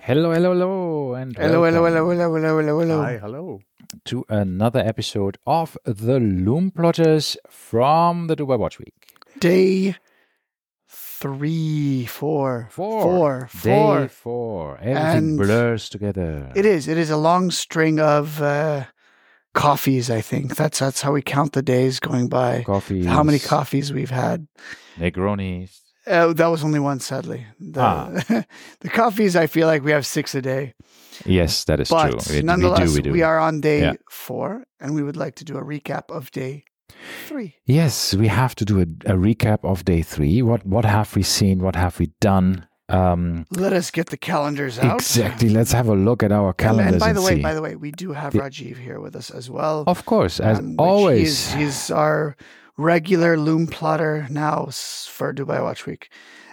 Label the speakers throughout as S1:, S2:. S1: Hello, hello, hello, and
S2: Hello, hello,
S1: welcome
S2: hello, hello, hello, hello, hello.
S3: Hi, hello.
S1: to another episode of the Loom Plotters from the Dubai Watch Week.
S2: Day three, four,
S1: Four.
S2: four,
S1: Day
S2: four.
S1: four. Everything
S2: And
S1: blurs together.
S2: It is. It is a long string of uh, coffees. I think that's that's how we count the days going by.
S1: Coffee.
S2: How many coffees we've had?
S1: Negronis.
S2: Uh, that was only one, sadly. The,
S1: Ah.
S2: the coffees. I feel like we have six a day,
S1: Yes, that is
S2: but
S1: true. It-
S2: nonetheless,
S1: we do. We do.
S2: are on day
S1: Yeah.
S2: four, and we would like to do a recap of day three.
S1: Yes, we have to do a, a recap of day three. What what have we seen? What have we done? Um,
S2: Let us get the calendars out.
S1: exactly. Let's have a look at our
S2: And,
S1: calendars
S2: and by the way,
S1: see.
S2: by the way, we do have
S1: The-
S2: Rajiv here with us as well.
S1: of course, as
S2: um, which
S1: always.
S2: He's, he's our regular loom plotter now s- for Dubai Watch Week.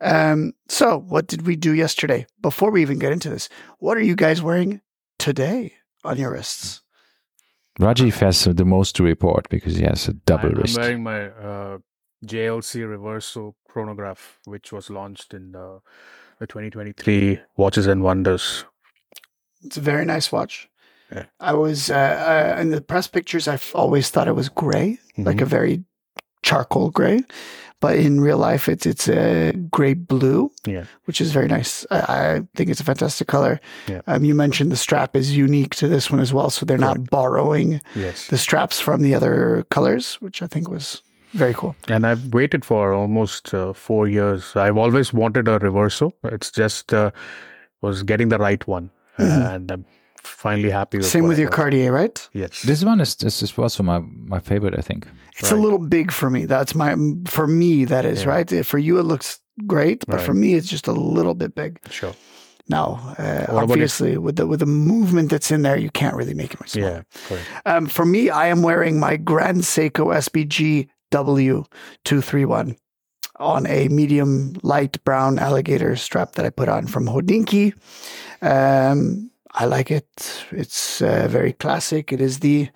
S2: Um, so, what did we do yesterday? Before we even get into this, what are you guys wearing today on your wrists?
S1: Rajiv has the most to report because he has a double
S3: I'm, I'm
S1: wrist.
S3: wearing my uh, JLC Reverso chronograph, which was launched in the, the 2023 Watches and Wonders.
S2: It's a very nice watch.
S3: Yeah.
S2: I was uh, uh, in the press pictures. I've always thought it was gray, like a
S3: Mm-hmm.
S2: very charcoal gray, but in real life, it's it's a gray blue,
S3: Yeah.
S2: which is very nice. I, I think it's a fantastic color.
S3: Yeah.
S2: Um, you mentioned the strap is unique to this one as well, so they're not borrowing
S3: yes.
S2: the straps from the other colors, which I think was very cool.
S3: And I've waited for almost uh, four years. I've always wanted a Reverso. It's just uh, was getting the right one,
S2: Mhm.
S3: and I'm finally happy. With
S2: Same
S3: what
S2: with
S3: I
S2: your
S3: got.
S2: Cartier, right?
S3: Yes.
S1: This one is this is also my my favorite, I think.
S2: It's a
S3: Right.
S2: little big for me. That's my for me that is
S3: Yeah.
S2: right. For you, it looks great, but for
S3: Right.
S2: me, it's just a little bit big.
S3: sure.
S2: Now, uh,
S3: What about if-
S2: obviously, with the with the movement that's in there, you can't really make it much smaller.
S3: Yeah. Correct.
S2: Um, for me, I am wearing my Grand Seiko SBG W231 on a medium light brown alligator strap that I put on from Hodinki. Um, I like it. It's uh, very classic. It is the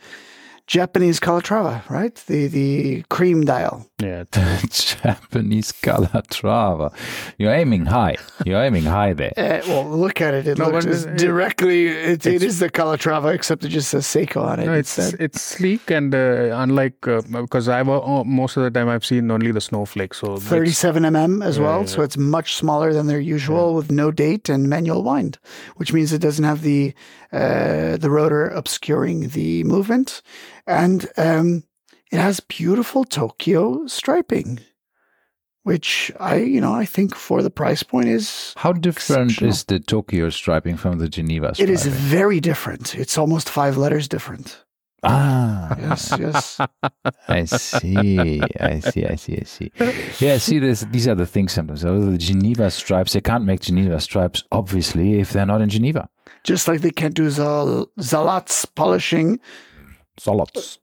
S2: Japanese Calatrava, right? The the cream dial.
S3: Yeah.
S1: Japanese Calatrava. You're aiming high. You're aiming high there.
S2: Uh, well, look at it. It
S3: No,
S2: looks
S3: but
S2: it's
S3: it-
S2: directly. It, it
S3: it's-
S2: is the Calatrava, except it just says Seiko on it.
S3: No, it's
S2: instead.
S3: it's sleek and uh, unlike uh, because I've uh, oh, most of the time I've seen only the snowflake. So it's-
S2: 37 mm as
S3: Yeah,
S2: well,
S3: yeah,
S2: so it's much smaller than their usual with no date and manual wind, which means it doesn't have the uh, the rotor obscuring the movement, and um, it has beautiful Tokyo striping, which I you know I think for the price point is
S1: How different
S2: Exceptional.
S1: is the Tokyo striping from the Geneva
S2: it
S1: striping?
S2: is very different. It's almost five letters different.
S1: Ah,
S2: Yes, yes.
S1: I see. I see. I see. I see. Yeah, see, this, these are the things sometimes. Oh, the Geneva stripes, they can't make Geneva stripes, obviously, if they're not in Geneva.
S2: Just like they can't do Zal- Zalat's polishing,
S1: Solots.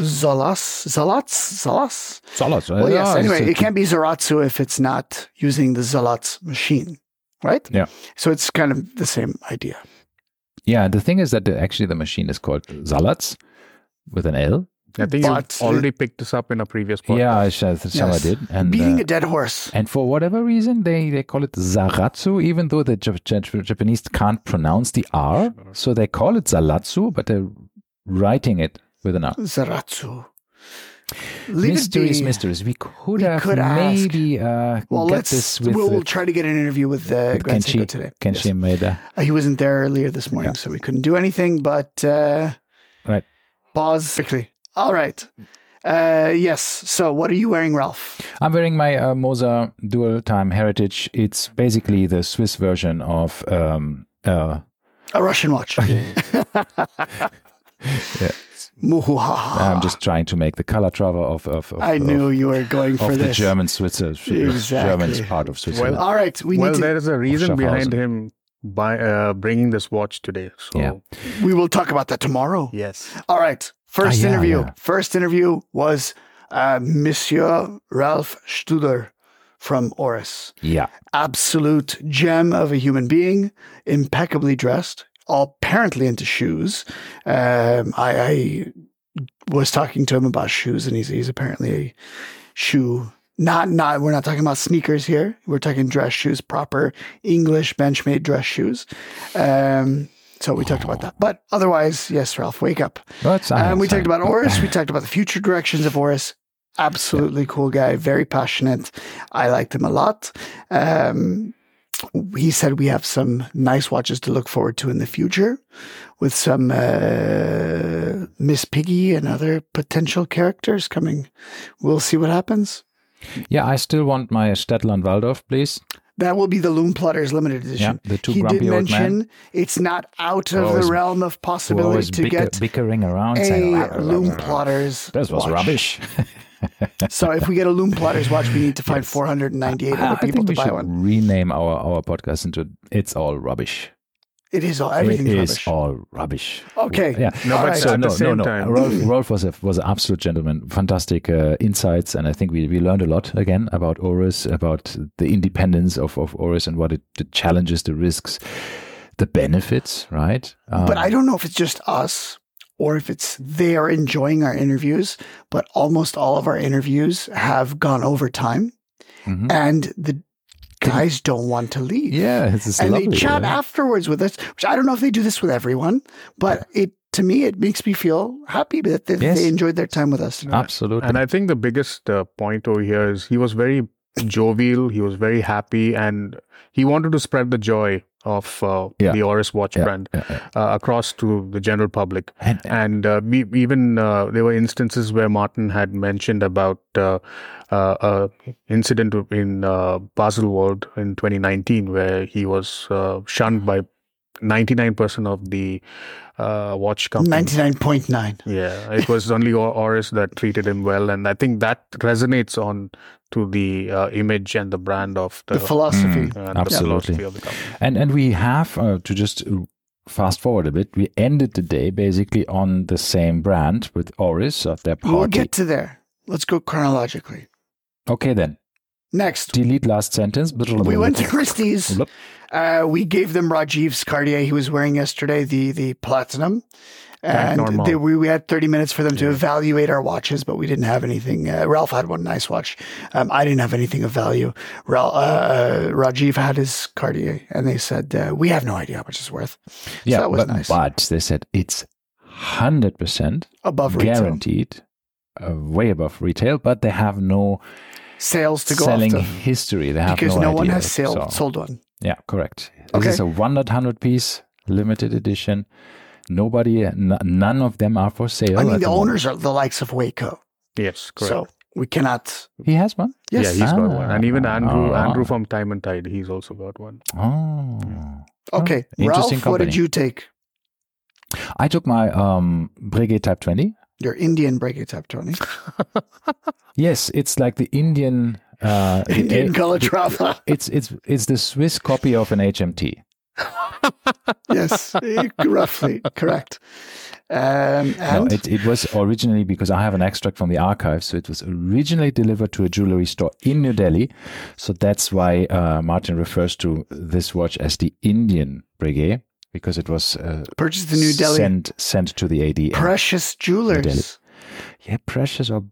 S2: Zalas, Zalat's, Zalas.
S1: Solots.
S2: Well, yes. Anyway, it can't be Zeratsu if it's not using the Zelatz machine, right?
S1: Yeah.
S2: So it's kind of the same idea.
S1: Yeah, the thing is that the, actually the machine is called Salats with an L.
S3: I think
S2: But-
S3: you already picked this up in a previous podcast.
S1: Yeah, I said some I
S2: Yes.
S1: did. And,
S2: Beating
S1: uh,
S2: a dead horse.
S1: and for whatever reason, they, they call it Zaratsu, even though the Jap- Jap- Japanese can't pronounce the R.
S3: Sure.
S1: So they call it Zalatsu, but they're writing it with an R.
S2: Zeratsu. Leave it
S1: Mysteries,
S2: be.
S1: mysteries. We could
S2: We
S1: have
S2: could ask.
S1: maybe uh,
S2: Well,
S1: get
S2: let's.
S1: this with,
S2: we'll, we'll
S1: with
S2: try to get an interview with uh,
S1: with
S2: Grand
S1: Kenshi.
S2: Seiko today.
S1: Kenshi
S2: Yes.
S1: Maeda.
S2: Uh, he wasn't there earlier this morning, so we couldn't do anything. But uh,
S1: Right.
S2: Pause quickly. All right. Uh, yes. So, what are you wearing, Ralph?
S1: I'm wearing my uh, Moser Dual Time Heritage. It's basically the Swiss version of um, uh,
S2: A Russian watch. Muhuhaha.
S1: I'm just trying to make the color travel of, of, of,
S2: I
S1: of-
S2: knew you were going
S1: of
S2: for
S1: the
S2: this.
S1: German uh, Switzerland, German's
S2: Exactly. uh,
S1: part of Switzerland.
S2: All right, we
S3: well,
S2: need to,
S3: there is a reason
S1: Schaffhausen.
S3: behind him by uh, bringing this watch today. So
S1: Yeah.
S2: we will talk about that tomorrow.
S3: yes,
S2: All right, first
S1: Ah, yeah,
S2: interview.
S1: yeah.
S2: First interview was uh, Monsieur Ralph Studer from Oris.
S1: yeah,
S2: Absolute gem of a human being, impeccably dressed, apparently into shoes. Um, I, I was talking to him about shoes, and he's he's apparently a shoe Not not we're not talking about sneakers here. We're talking dress shoes, proper English benchmade dress shoes. Um, so we talked about that. But otherwise, yes, Ralph, wake up.
S1: But I
S2: Um, we
S1: understand.
S2: talked about Oris. We talked about the future directions of Oris. Absolutely cool guy. Very passionate. I liked him a lot. Um, he said we have some nice watches to look forward to in the future with some uh, Miss Piggy and other potential characters coming. We'll see what happens.
S1: Yeah, I still want my Stadtland Waldorf, please.
S2: That will be the Loom Plotters limited
S1: Yeah,
S2: edition.
S1: the two
S2: he did
S1: grumpy old men
S2: mention it's not out of
S1: Always-
S2: the
S1: who
S2: realm of
S1: always
S2: possibility to
S1: bicker,
S2: get
S1: bickering around saying, "Rah,
S2: a
S1: rah, rah,
S2: Loom
S1: rah, rah."
S2: Plotters.
S1: This was
S2: watch.
S1: rubbish.
S2: So if we get a Loom Plotters watch, we need to find
S1: Yes.
S2: 498
S1: I-
S2: other
S1: I
S2: people
S1: think
S2: to
S1: we
S2: buy
S1: should
S2: one.
S1: rename our, our podcast into It's All Rubbish.
S2: It is all everything's
S1: it is
S2: rubbish.
S1: all rubbish.
S2: Okay.
S1: Yeah.
S3: No,
S2: All
S3: but
S2: right.
S1: So
S3: at
S1: no,
S3: the same
S1: no, no.
S3: time,
S1: Rolf,
S2: Mm.
S1: Rolf was a was an absolute gentleman. Fantastic uh, insights, and I think we, we learned a lot again about Oris, about the independence of of Oris, and what it the challenges, the risks, the benefits, right? Um,
S2: But I don't know if it's just us or if it's they are enjoying our interviews, but almost all of our interviews have gone over time
S1: mhm.
S2: and the guys don't want to leave.
S1: yeah, it's just
S2: and
S1: lovely,
S2: they chat
S1: right?
S2: afterwards with us, which I don't know if they do this with everyone, but it to me it makes me feel happy that they,
S1: Yes.
S2: they enjoyed their time with us.
S1: Absolutely.
S3: And I think the biggest uh, point over here is he was very jovial, he was very happy, and he wanted to spread the joy of uh,
S1: Yeah.
S3: the Oris watch
S1: Yeah,
S3: brand
S1: yeah, yeah.
S3: uh, across to the general public.
S1: And-
S3: And uh, we, even uh, there were instances where Martin had mentioned about uh, uh, uh, incident in uh, Baselworld in 2019 where he was uh, shunned by 99% of the uh, watch companies.
S2: Ninety nine point nine.
S3: Yeah, it was only Or- Oris that treated him well, and I think that resonates on to the uh, image and the brand of the, uh,
S2: The philosophy.
S1: Mm.
S3: and
S1: Absolutely.
S3: philosophy of the company.
S1: And and we have uh, to just fast forward a bit. We ended the day basically on the same brand with Oris of their party.
S2: We'll get to there. Let's go chronologically.
S1: okay, then
S2: Next,
S1: delete last sentence.
S2: we went to Christie's.
S1: Yep.
S2: Uh, we gave them Rajiv's Cartier he was wearing yesterday, the the platinum, and
S3: Back normal.
S2: they, we, we had thirty minutes for them to
S3: Yeah.
S2: evaluate our watches, but we didn't have anything. Uh, Ralph had one nice watch. Um, I didn't have anything of value. Ra- uh, Rajiv had his Cartier, and they said uh, we have no idea how much it's worth.
S1: yeah,
S2: that was
S1: but,
S2: nice.
S1: but they said it's hundred percent
S2: Above retail
S1: guaranteed, uh, way above retail. But they have no
S2: sales to go
S1: selling
S2: off
S1: history. They
S2: to,
S1: have
S2: because no,
S1: no,
S2: one
S1: idea.
S2: has sale,
S1: So,
S2: sold one.
S1: yeah, correct.
S2: Okay.
S1: This is a one dot hundred piece limited edition. Nobody, n- none of them are for sale.
S2: I mean,
S1: at
S2: the
S1: moment.
S2: owners are the likes of Waco,
S3: Yes, correct.
S2: so we cannot.
S1: He has one.
S2: Yes,
S3: Yeah, he's got one, and even
S1: Ah,
S3: Andrew,
S1: ah.
S3: Andrew from Time and Tide, he's also got one.
S1: Oh.
S2: Okay,
S1: Oh,
S2: Ralph,
S1: interesting
S2: what did
S1: company.
S2: you take?
S1: I took my um Breguet Type 20.
S2: Your Indian breaking type, Tony.
S1: Yes, it's like the Indian uh the-
S2: Indian
S1: eh,
S2: color
S1: the-
S2: trauma.
S1: It's it's it's the Swiss copy of an HMT.
S2: yes, eh, roughly correct. Um,
S1: No,
S2: and
S1: it, it was originally because I have an extract from the archives, so it was originally delivered to a jewelry store in New Delhi. So that's why uh, Martin refers to this watch as the Indian Breguet because it was uh,
S2: purchased in New Delhi.
S1: sent sent to the AD.
S2: Precious
S1: New Delhi.
S2: jewelers.
S1: Yeah, precious or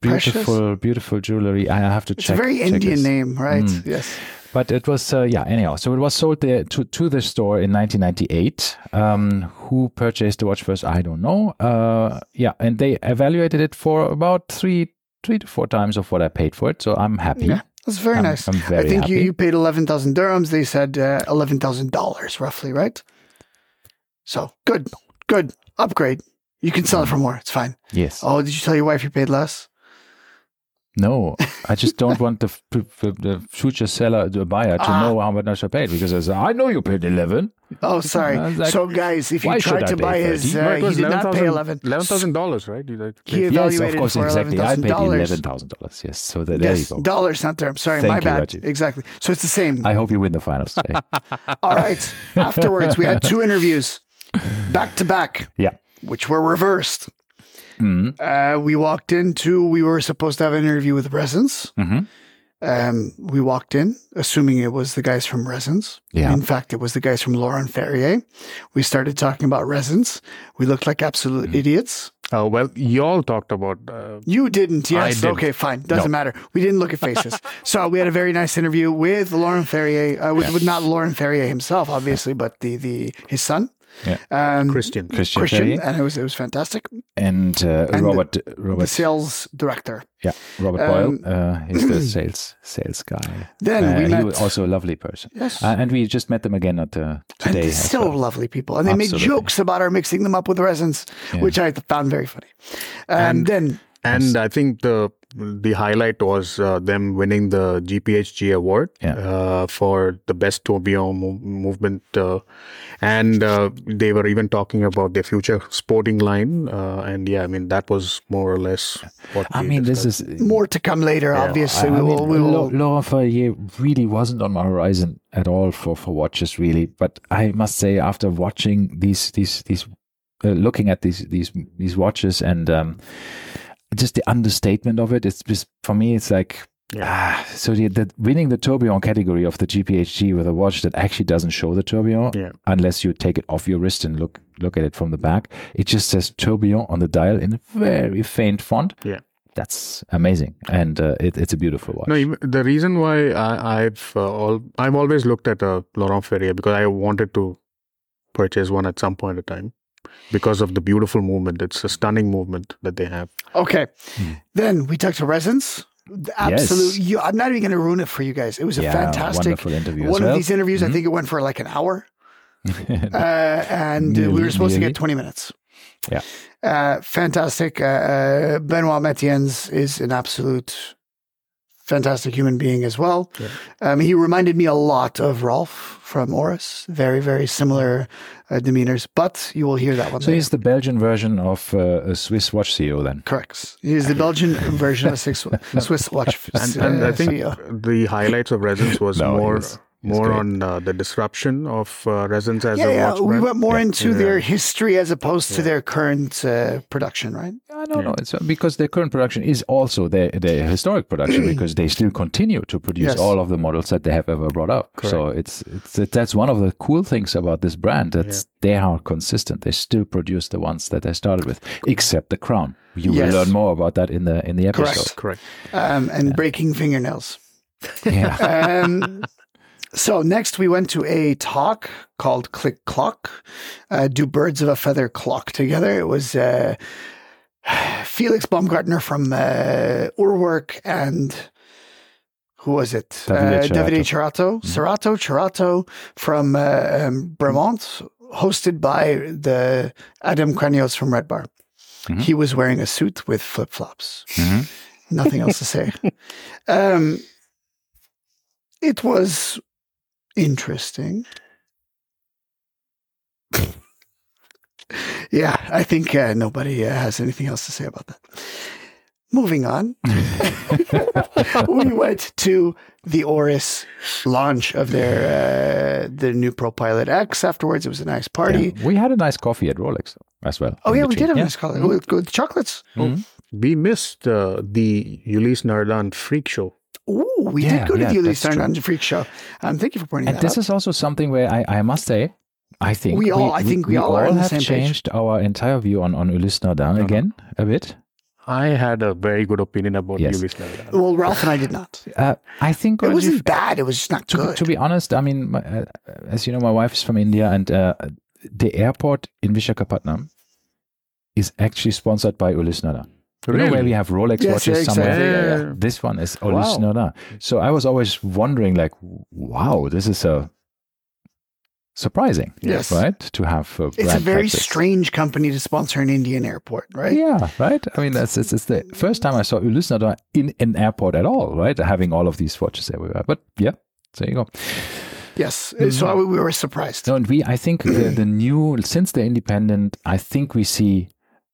S2: Precious?
S1: beautiful, beautiful jewelry. I have to
S2: It's
S1: check.
S2: a very
S1: check
S2: Indian
S1: this.
S2: name, right?
S1: Mm.
S2: Yes.
S1: But it was uh, yeah. Anyhow, so it was sold there to to the store in 1998. Um, who purchased the watch first? I don't know. Uh, yeah, and they evaluated it for about three three to four times of what I paid for it. So I'm happy.
S2: Yeah, that's very
S1: I'm,
S2: nice. i
S1: I'm very
S2: think
S1: happy.
S2: you, you paid eleven thousand dirhams. They said uh, eleven thousand dollars, roughly, right? So good, good upgrade. You can
S1: Mm.
S2: sell it for more. It's fine.
S1: yes.
S2: Oh, did you tell your wife you paid less?
S1: No, I just don't want the f- f- the future seller, the buyer, to
S2: Ah.
S1: know how much I should pay because I, said, I know you paid eleven.
S2: Oh, sorry.
S1: I was like,
S2: so, guys, if you
S1: why
S2: tried
S1: should I
S2: to
S1: pay
S2: buy his,
S1: 30?
S2: uh, he did not pay eleven.
S3: dollars, right? You like-
S2: He
S3: like-
S1: Yes, of
S2: Evaluated
S1: course,
S2: for
S1: exactly. I paid
S2: $11,000.
S1: eleven thousand dollars. Yes. So there, there
S2: yes,
S1: you go.
S2: dollars, not dirhams. Sorry,
S1: Thank
S2: my
S1: you,
S2: bad.
S1: Rajiv.
S2: Exactly. So it's the same.
S1: I hope you win the finals today.
S2: All right. Afterwards, we had two interviews back to back.
S1: Yeah.
S2: Which were reversed.
S1: mm-hmm.
S2: Uh, we walked into, we were supposed to have an interview with Resins.
S1: Mm-hmm.
S2: Um, we walked in, assuming it was the guys from Resins.
S1: Yeah.
S2: In fact, it was the
S1: Mm-hmm.
S2: guys from Laurent Ferrier. We started talking about Resins. We looked like absolute idiots.
S3: Uh, well, y'all talked about. Uh,
S2: You didn't,
S3: I
S2: yes.
S3: didn't.
S2: Okay, fine. Doesn't matter. We didn't look at faces. so we had a very nice interview with Lauren Ferrier, uh, with, with not Lauren Ferrier himself, obviously, but the the his son,
S1: Yeah.
S2: um,
S3: Christian.
S1: Christian,
S2: Christian,
S1: Ferry
S2: and it was it was fantastic.
S1: and, uh,
S2: and
S1: Robert
S2: The
S1: Robert
S2: sales director.
S1: yeah Robert
S2: um,
S1: Boyle. Uh, he's the sales sales guy.
S2: Then
S1: Uh,
S2: we
S1: he
S2: met.
S1: was also a lovely person.
S2: yes.
S1: Uh, and we just met them again at uh,
S2: and
S1: today. as
S2: so
S1: well.
S2: lovely people, and they made
S1: Absolutely.
S2: jokes about our mixing them up with resins,
S1: Yeah.
S2: which I found very funny. Um, and then
S3: And I think the the highlight was uh, them winning the GPHG award
S1: Yeah.
S3: uh, for the best tourbillon mov- movement, uh, and uh, they were even talking about their future sporting line. Uh, and yeah, I mean that was more or less what
S1: I
S3: we
S1: mean, this is
S3: discussed.
S2: more to come later. obviously,
S1: I-
S2: we
S1: I
S2: will.
S1: mean,
S2: we
S1: Lo-
S2: will
S1: Laurent Ferrier really wasn't on my horizon at all for, for watches, really. But I must say, after watching these these these, uh, looking at these these these watches and um, just the understatement of it, it's just for me, it's like. Ah, so the, the winning the tourbillon category of the GPHG with a watch that actually doesn't show the tourbillon,
S3: Yeah.
S1: unless you take it off your wrist and look look at it from the back, it just says tourbillon on the dial in a very faint font.
S3: Yeah.
S1: that's amazing, and uh, it, it's a beautiful watch.
S3: No, even- the reason why I, I've uh, all I've always looked at a Laurent Ferrier because I wanted to purchase one at some point in time because of the beautiful movement. It's a stunning movement that they have.
S2: Okay. Then we talked to Resins. Absolute.
S1: Hmm. Yes.
S2: You, I'm not even going to ruin it for you guys. It was a
S1: yeah,
S2: fantastic
S1: wonderful interview.
S2: one
S1: as well.
S2: of these interviews. I
S1: Mhm.
S2: think it went for like an hour, uh, and uh, we were
S1: Nearly,
S2: supposed to
S1: nearly.
S2: get 20 minutes.
S1: Yeah.
S2: Uh, fantastic. Uh, uh, Benoit Metiens is an absolute fantastic human being as well.
S3: Yeah.
S2: Um, he reminded me a lot of Rolf from Oris. Very, very similar uh, demeanors, but you will hear that one.
S1: so
S2: later.
S1: he's the Belgian version of uh, a Swiss watch CEO. Then
S2: Correct. It is the Belgian version of Swiss, Swiss watch. uh, E
S3: And, and I think
S2: CEO.
S3: the highlights of Resins was
S1: No, he
S3: more
S1: was- he was
S3: more
S1: great.
S3: on uh, the disruption of uh, Resins as
S2: yeah,
S3: a
S2: yeah.
S3: watch
S2: We
S3: brand.
S2: went more into
S3: Yeah.
S2: their history as opposed to
S3: Yeah.
S2: their current uh, production, right?
S1: I don't know. It's uh, because their current production is also their, their historic production because they still continue to produce
S2: Yes.
S1: all of the models that they have ever brought out. So it's, it's it, that's one of the cool things about this brand that they are consistent. They still produce the ones that they started with, except the crown. You
S2: Yes.
S1: will learn more about that in the in the
S2: Correct.
S1: episode.
S3: Correct.
S2: Um, and breaking fingernails.
S1: Yeah.
S2: Um, so next we went to a talk called Click Clock. Uh, Do birds of a feather clock together? It was uh, Felix Baumgartner from uh, Urwerk and who was it?
S1: Davide
S2: uh, Davide Cerato, Cerato, Cerato from uh, um, Bremont, hosted by the Adam Cranios from Red Bar.
S1: Mhm.
S2: He was wearing a suit with flip flops.
S1: Mhm.
S2: Nothing else to say. Um, it was interesting. yeah, I think uh, nobody uh, has anything else to say about that. Moving on, we went to the Oris launch of their uh, their new ProPilot X. Afterwards, it was a nice party.
S1: Yeah. We had a nice coffee at Rolex as well.
S2: Oh
S1: in
S2: yeah, we
S1: between.
S2: did have a nice color with, with chocolates.
S1: Mhm.
S3: We missed uh, the Ulysse Nardan freak show.
S2: Ooh, we
S1: Yeah,
S2: did go to
S1: yeah,
S2: the
S1: that's
S2: Elise
S1: true.
S2: Iron Freak Show. Um, thank you for pointing
S1: And
S2: that
S1: this
S2: out.
S1: is also something where I, I must say, I think
S2: We all- I think we all are on the
S1: have
S2: same page. Uh-huh.
S1: changed our entire view on on Ulysse Nardin again a bit.
S3: I had a very good opinion about
S1: Yes.
S3: Ulysse Nardan.
S2: Well, Ralph and I did not.
S1: Uh, I think
S2: It
S1: when you-
S2: wasn't bad. It was just not
S1: to be,
S2: good.
S1: to be honest, I mean, my, uh, as you know, my wife is from India, and uh, the airport in Vishakhapatnam is actually sponsored by Ulysse Nardin. You know where we have Rolex
S2: Yes,
S1: watches
S2: yeah,
S1: somewhere?
S2: exactly.
S3: Yeah, yeah, yeah.
S1: This one is Ulysse
S3: Wow.
S1: Nardin. So I was always wondering, like, wow, this is a surprising,
S2: Yes.
S1: right? To have a
S2: it's a
S1: brand
S2: very
S1: like this.
S2: strange company to sponsor an Indian airport, right?
S1: Yeah, right. I mean, that's it's, it's the first time I saw Ulysse Nardin in an airport at all, right? Having all of these watches everywhere. But yeah, there you go.
S2: Yes.
S1: Mm-hmm.
S2: So I- we were surprised.
S1: No, and we, I think the, the new, since they're independent, I think we see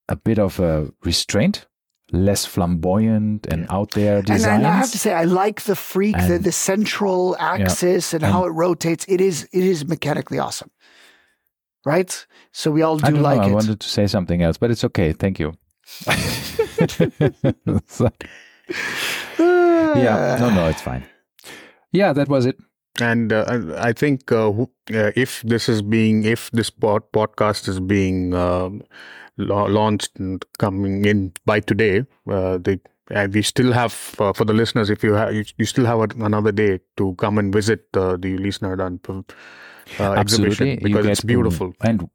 S1: a bit of a restraint, less flamboyant and out there
S2: and
S1: designs.
S2: I, I have to say, I like the freak, the,
S1: And-
S2: the central axis, and, how it rotates. It is it is mechanically awesome, right? So we all do
S1: I don't
S2: like
S1: know. I
S2: it.
S1: wanted to say something else, but it's okay. Thank you. So,
S2: Ah,
S1: yeah, no, no, it's fine. Yeah, that was it.
S3: And uh, I- I think uh, who- uh, if this is being, if this pod- podcast is being um, la- launched and coming in by today. Uh, they and we still have uh, for the listeners if you have you, you still have a, another day to come and visit uh, the Listener Dan uh,
S1: Absolutely.
S3: exhibition
S1: You
S3: because it's
S1: get, um,
S3: beautiful.
S1: and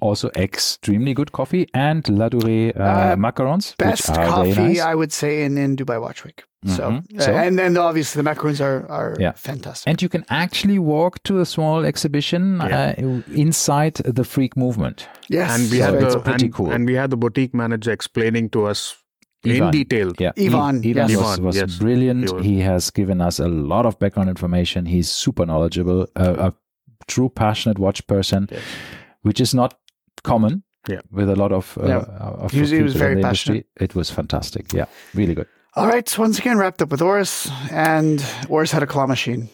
S1: also extremely good coffee and La Durée uh,
S2: Uh,
S1: macarons.
S2: Best
S1: which are
S2: coffee,
S1: Very nice.
S2: I would say, in, in Dubai Watch Week. So, uh,
S1: Mhm. So?
S2: and then obviously the macaroons are, are
S1: Yeah.
S2: fantastic.
S1: and you can actually walk to a small exhibition
S3: Yeah.
S1: uh, inside the freak movement.
S2: yes.
S3: and we
S1: So
S3: had
S1: it's
S3: the
S1: pretty
S3: and,
S1: cool.
S3: and we had the boutique manager explaining to us
S1: Ivan.
S3: in detail.
S1: Yeah,
S2: Ivan,
S1: I- Ivan
S2: yes.
S1: was,
S3: Ivan,
S1: was
S3: yes.
S1: brilliant.
S3: He was-
S1: He has given us a lot of background information. He's super knowledgeable, uh, a, a true passionate watch person,
S3: Yes.
S1: which is not common.
S3: Yeah.
S1: With a lot of, uh,
S2: Yeah.
S1: of
S2: He was- he
S1: people
S2: was
S1: in
S2: very
S1: the industry. It was fantastic. Yeah, really good.
S2: All right. So once again, wrapped up with Oris, and Oris had a claw machine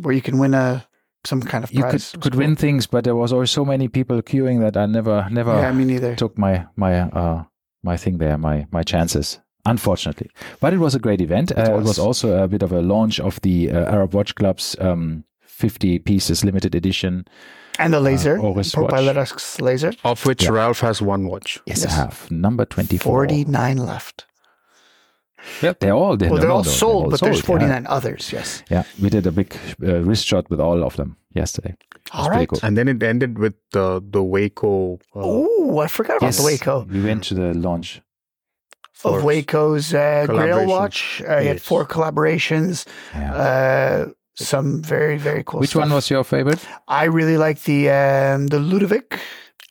S2: where you can win a some kind of
S1: You could,
S2: prize.
S1: could win things, but there was always so many people queuing that I never never
S2: yeah, me neither.
S1: took my my uh, my thing there, my my chances. Unfortunately, but it was a great event. uh, it was
S2: was.
S1: also a bit of a launch of the uh, Arab Watch Club's um, 50 pieces limited edition.
S2: And the laser,
S1: uh, Oris watch.
S2: Propylatus laser,
S3: Of which
S1: Yeah.
S3: Ralph has one watch.
S1: Yes, uh,
S2: Yes.
S1: I have number 24.
S2: forty-nine left.
S1: Yep, they're all there.
S2: Well, they're
S1: No,
S2: all
S1: no,
S2: sold, but
S1: sold,
S2: there's
S1: yeah.
S2: forty-nine others. Yes.
S1: Yeah. we did a big uh, wrist shot with all of them yesterday.
S2: All
S1: pretty
S2: right.
S1: cool.
S3: And then it ended with the the Waco. Uh,
S2: Oh, I forgot about the Waco.
S1: we went to the launch.
S2: of
S3: Forks.
S2: Waco's uh, Grail
S3: Collaboration.
S2: Watch. Uh, he had
S3: Yes.
S2: four collaborations.
S1: Yeah.
S2: Uh, some very very cool.
S1: Which one
S2: stuff.
S1: was your favorite?
S2: I really like the um, the Ludovic.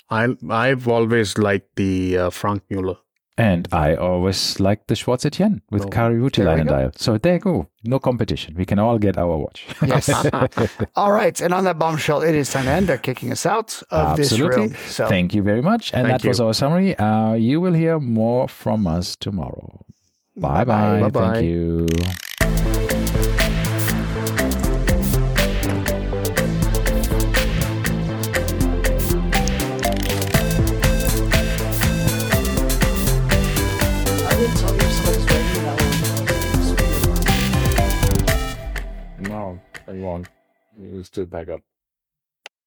S3: I I've always liked the uh, Frank Mueller.
S1: And I always liked the Schwarz Etienne with
S3: No.
S1: Kari
S2: There we
S1: Rutilainen
S2: go.
S1: dial. So there you go. No competition. We can all get our watch.
S2: Yes. All right, and on that bombshell, it is time to end. They're kicking us out of
S1: Absolutely.
S2: this room. So
S1: Thank you very much. And
S3: Thank
S1: that was
S3: you.
S1: our summary. Uh, you will hear more from us tomorrow. Bye
S2: Bye-bye.
S1: bye.
S3: Bye-bye.
S1: Thank you.
S2: I would tell you if somebody's writing that one.
S4: No, hang on. You stood back up.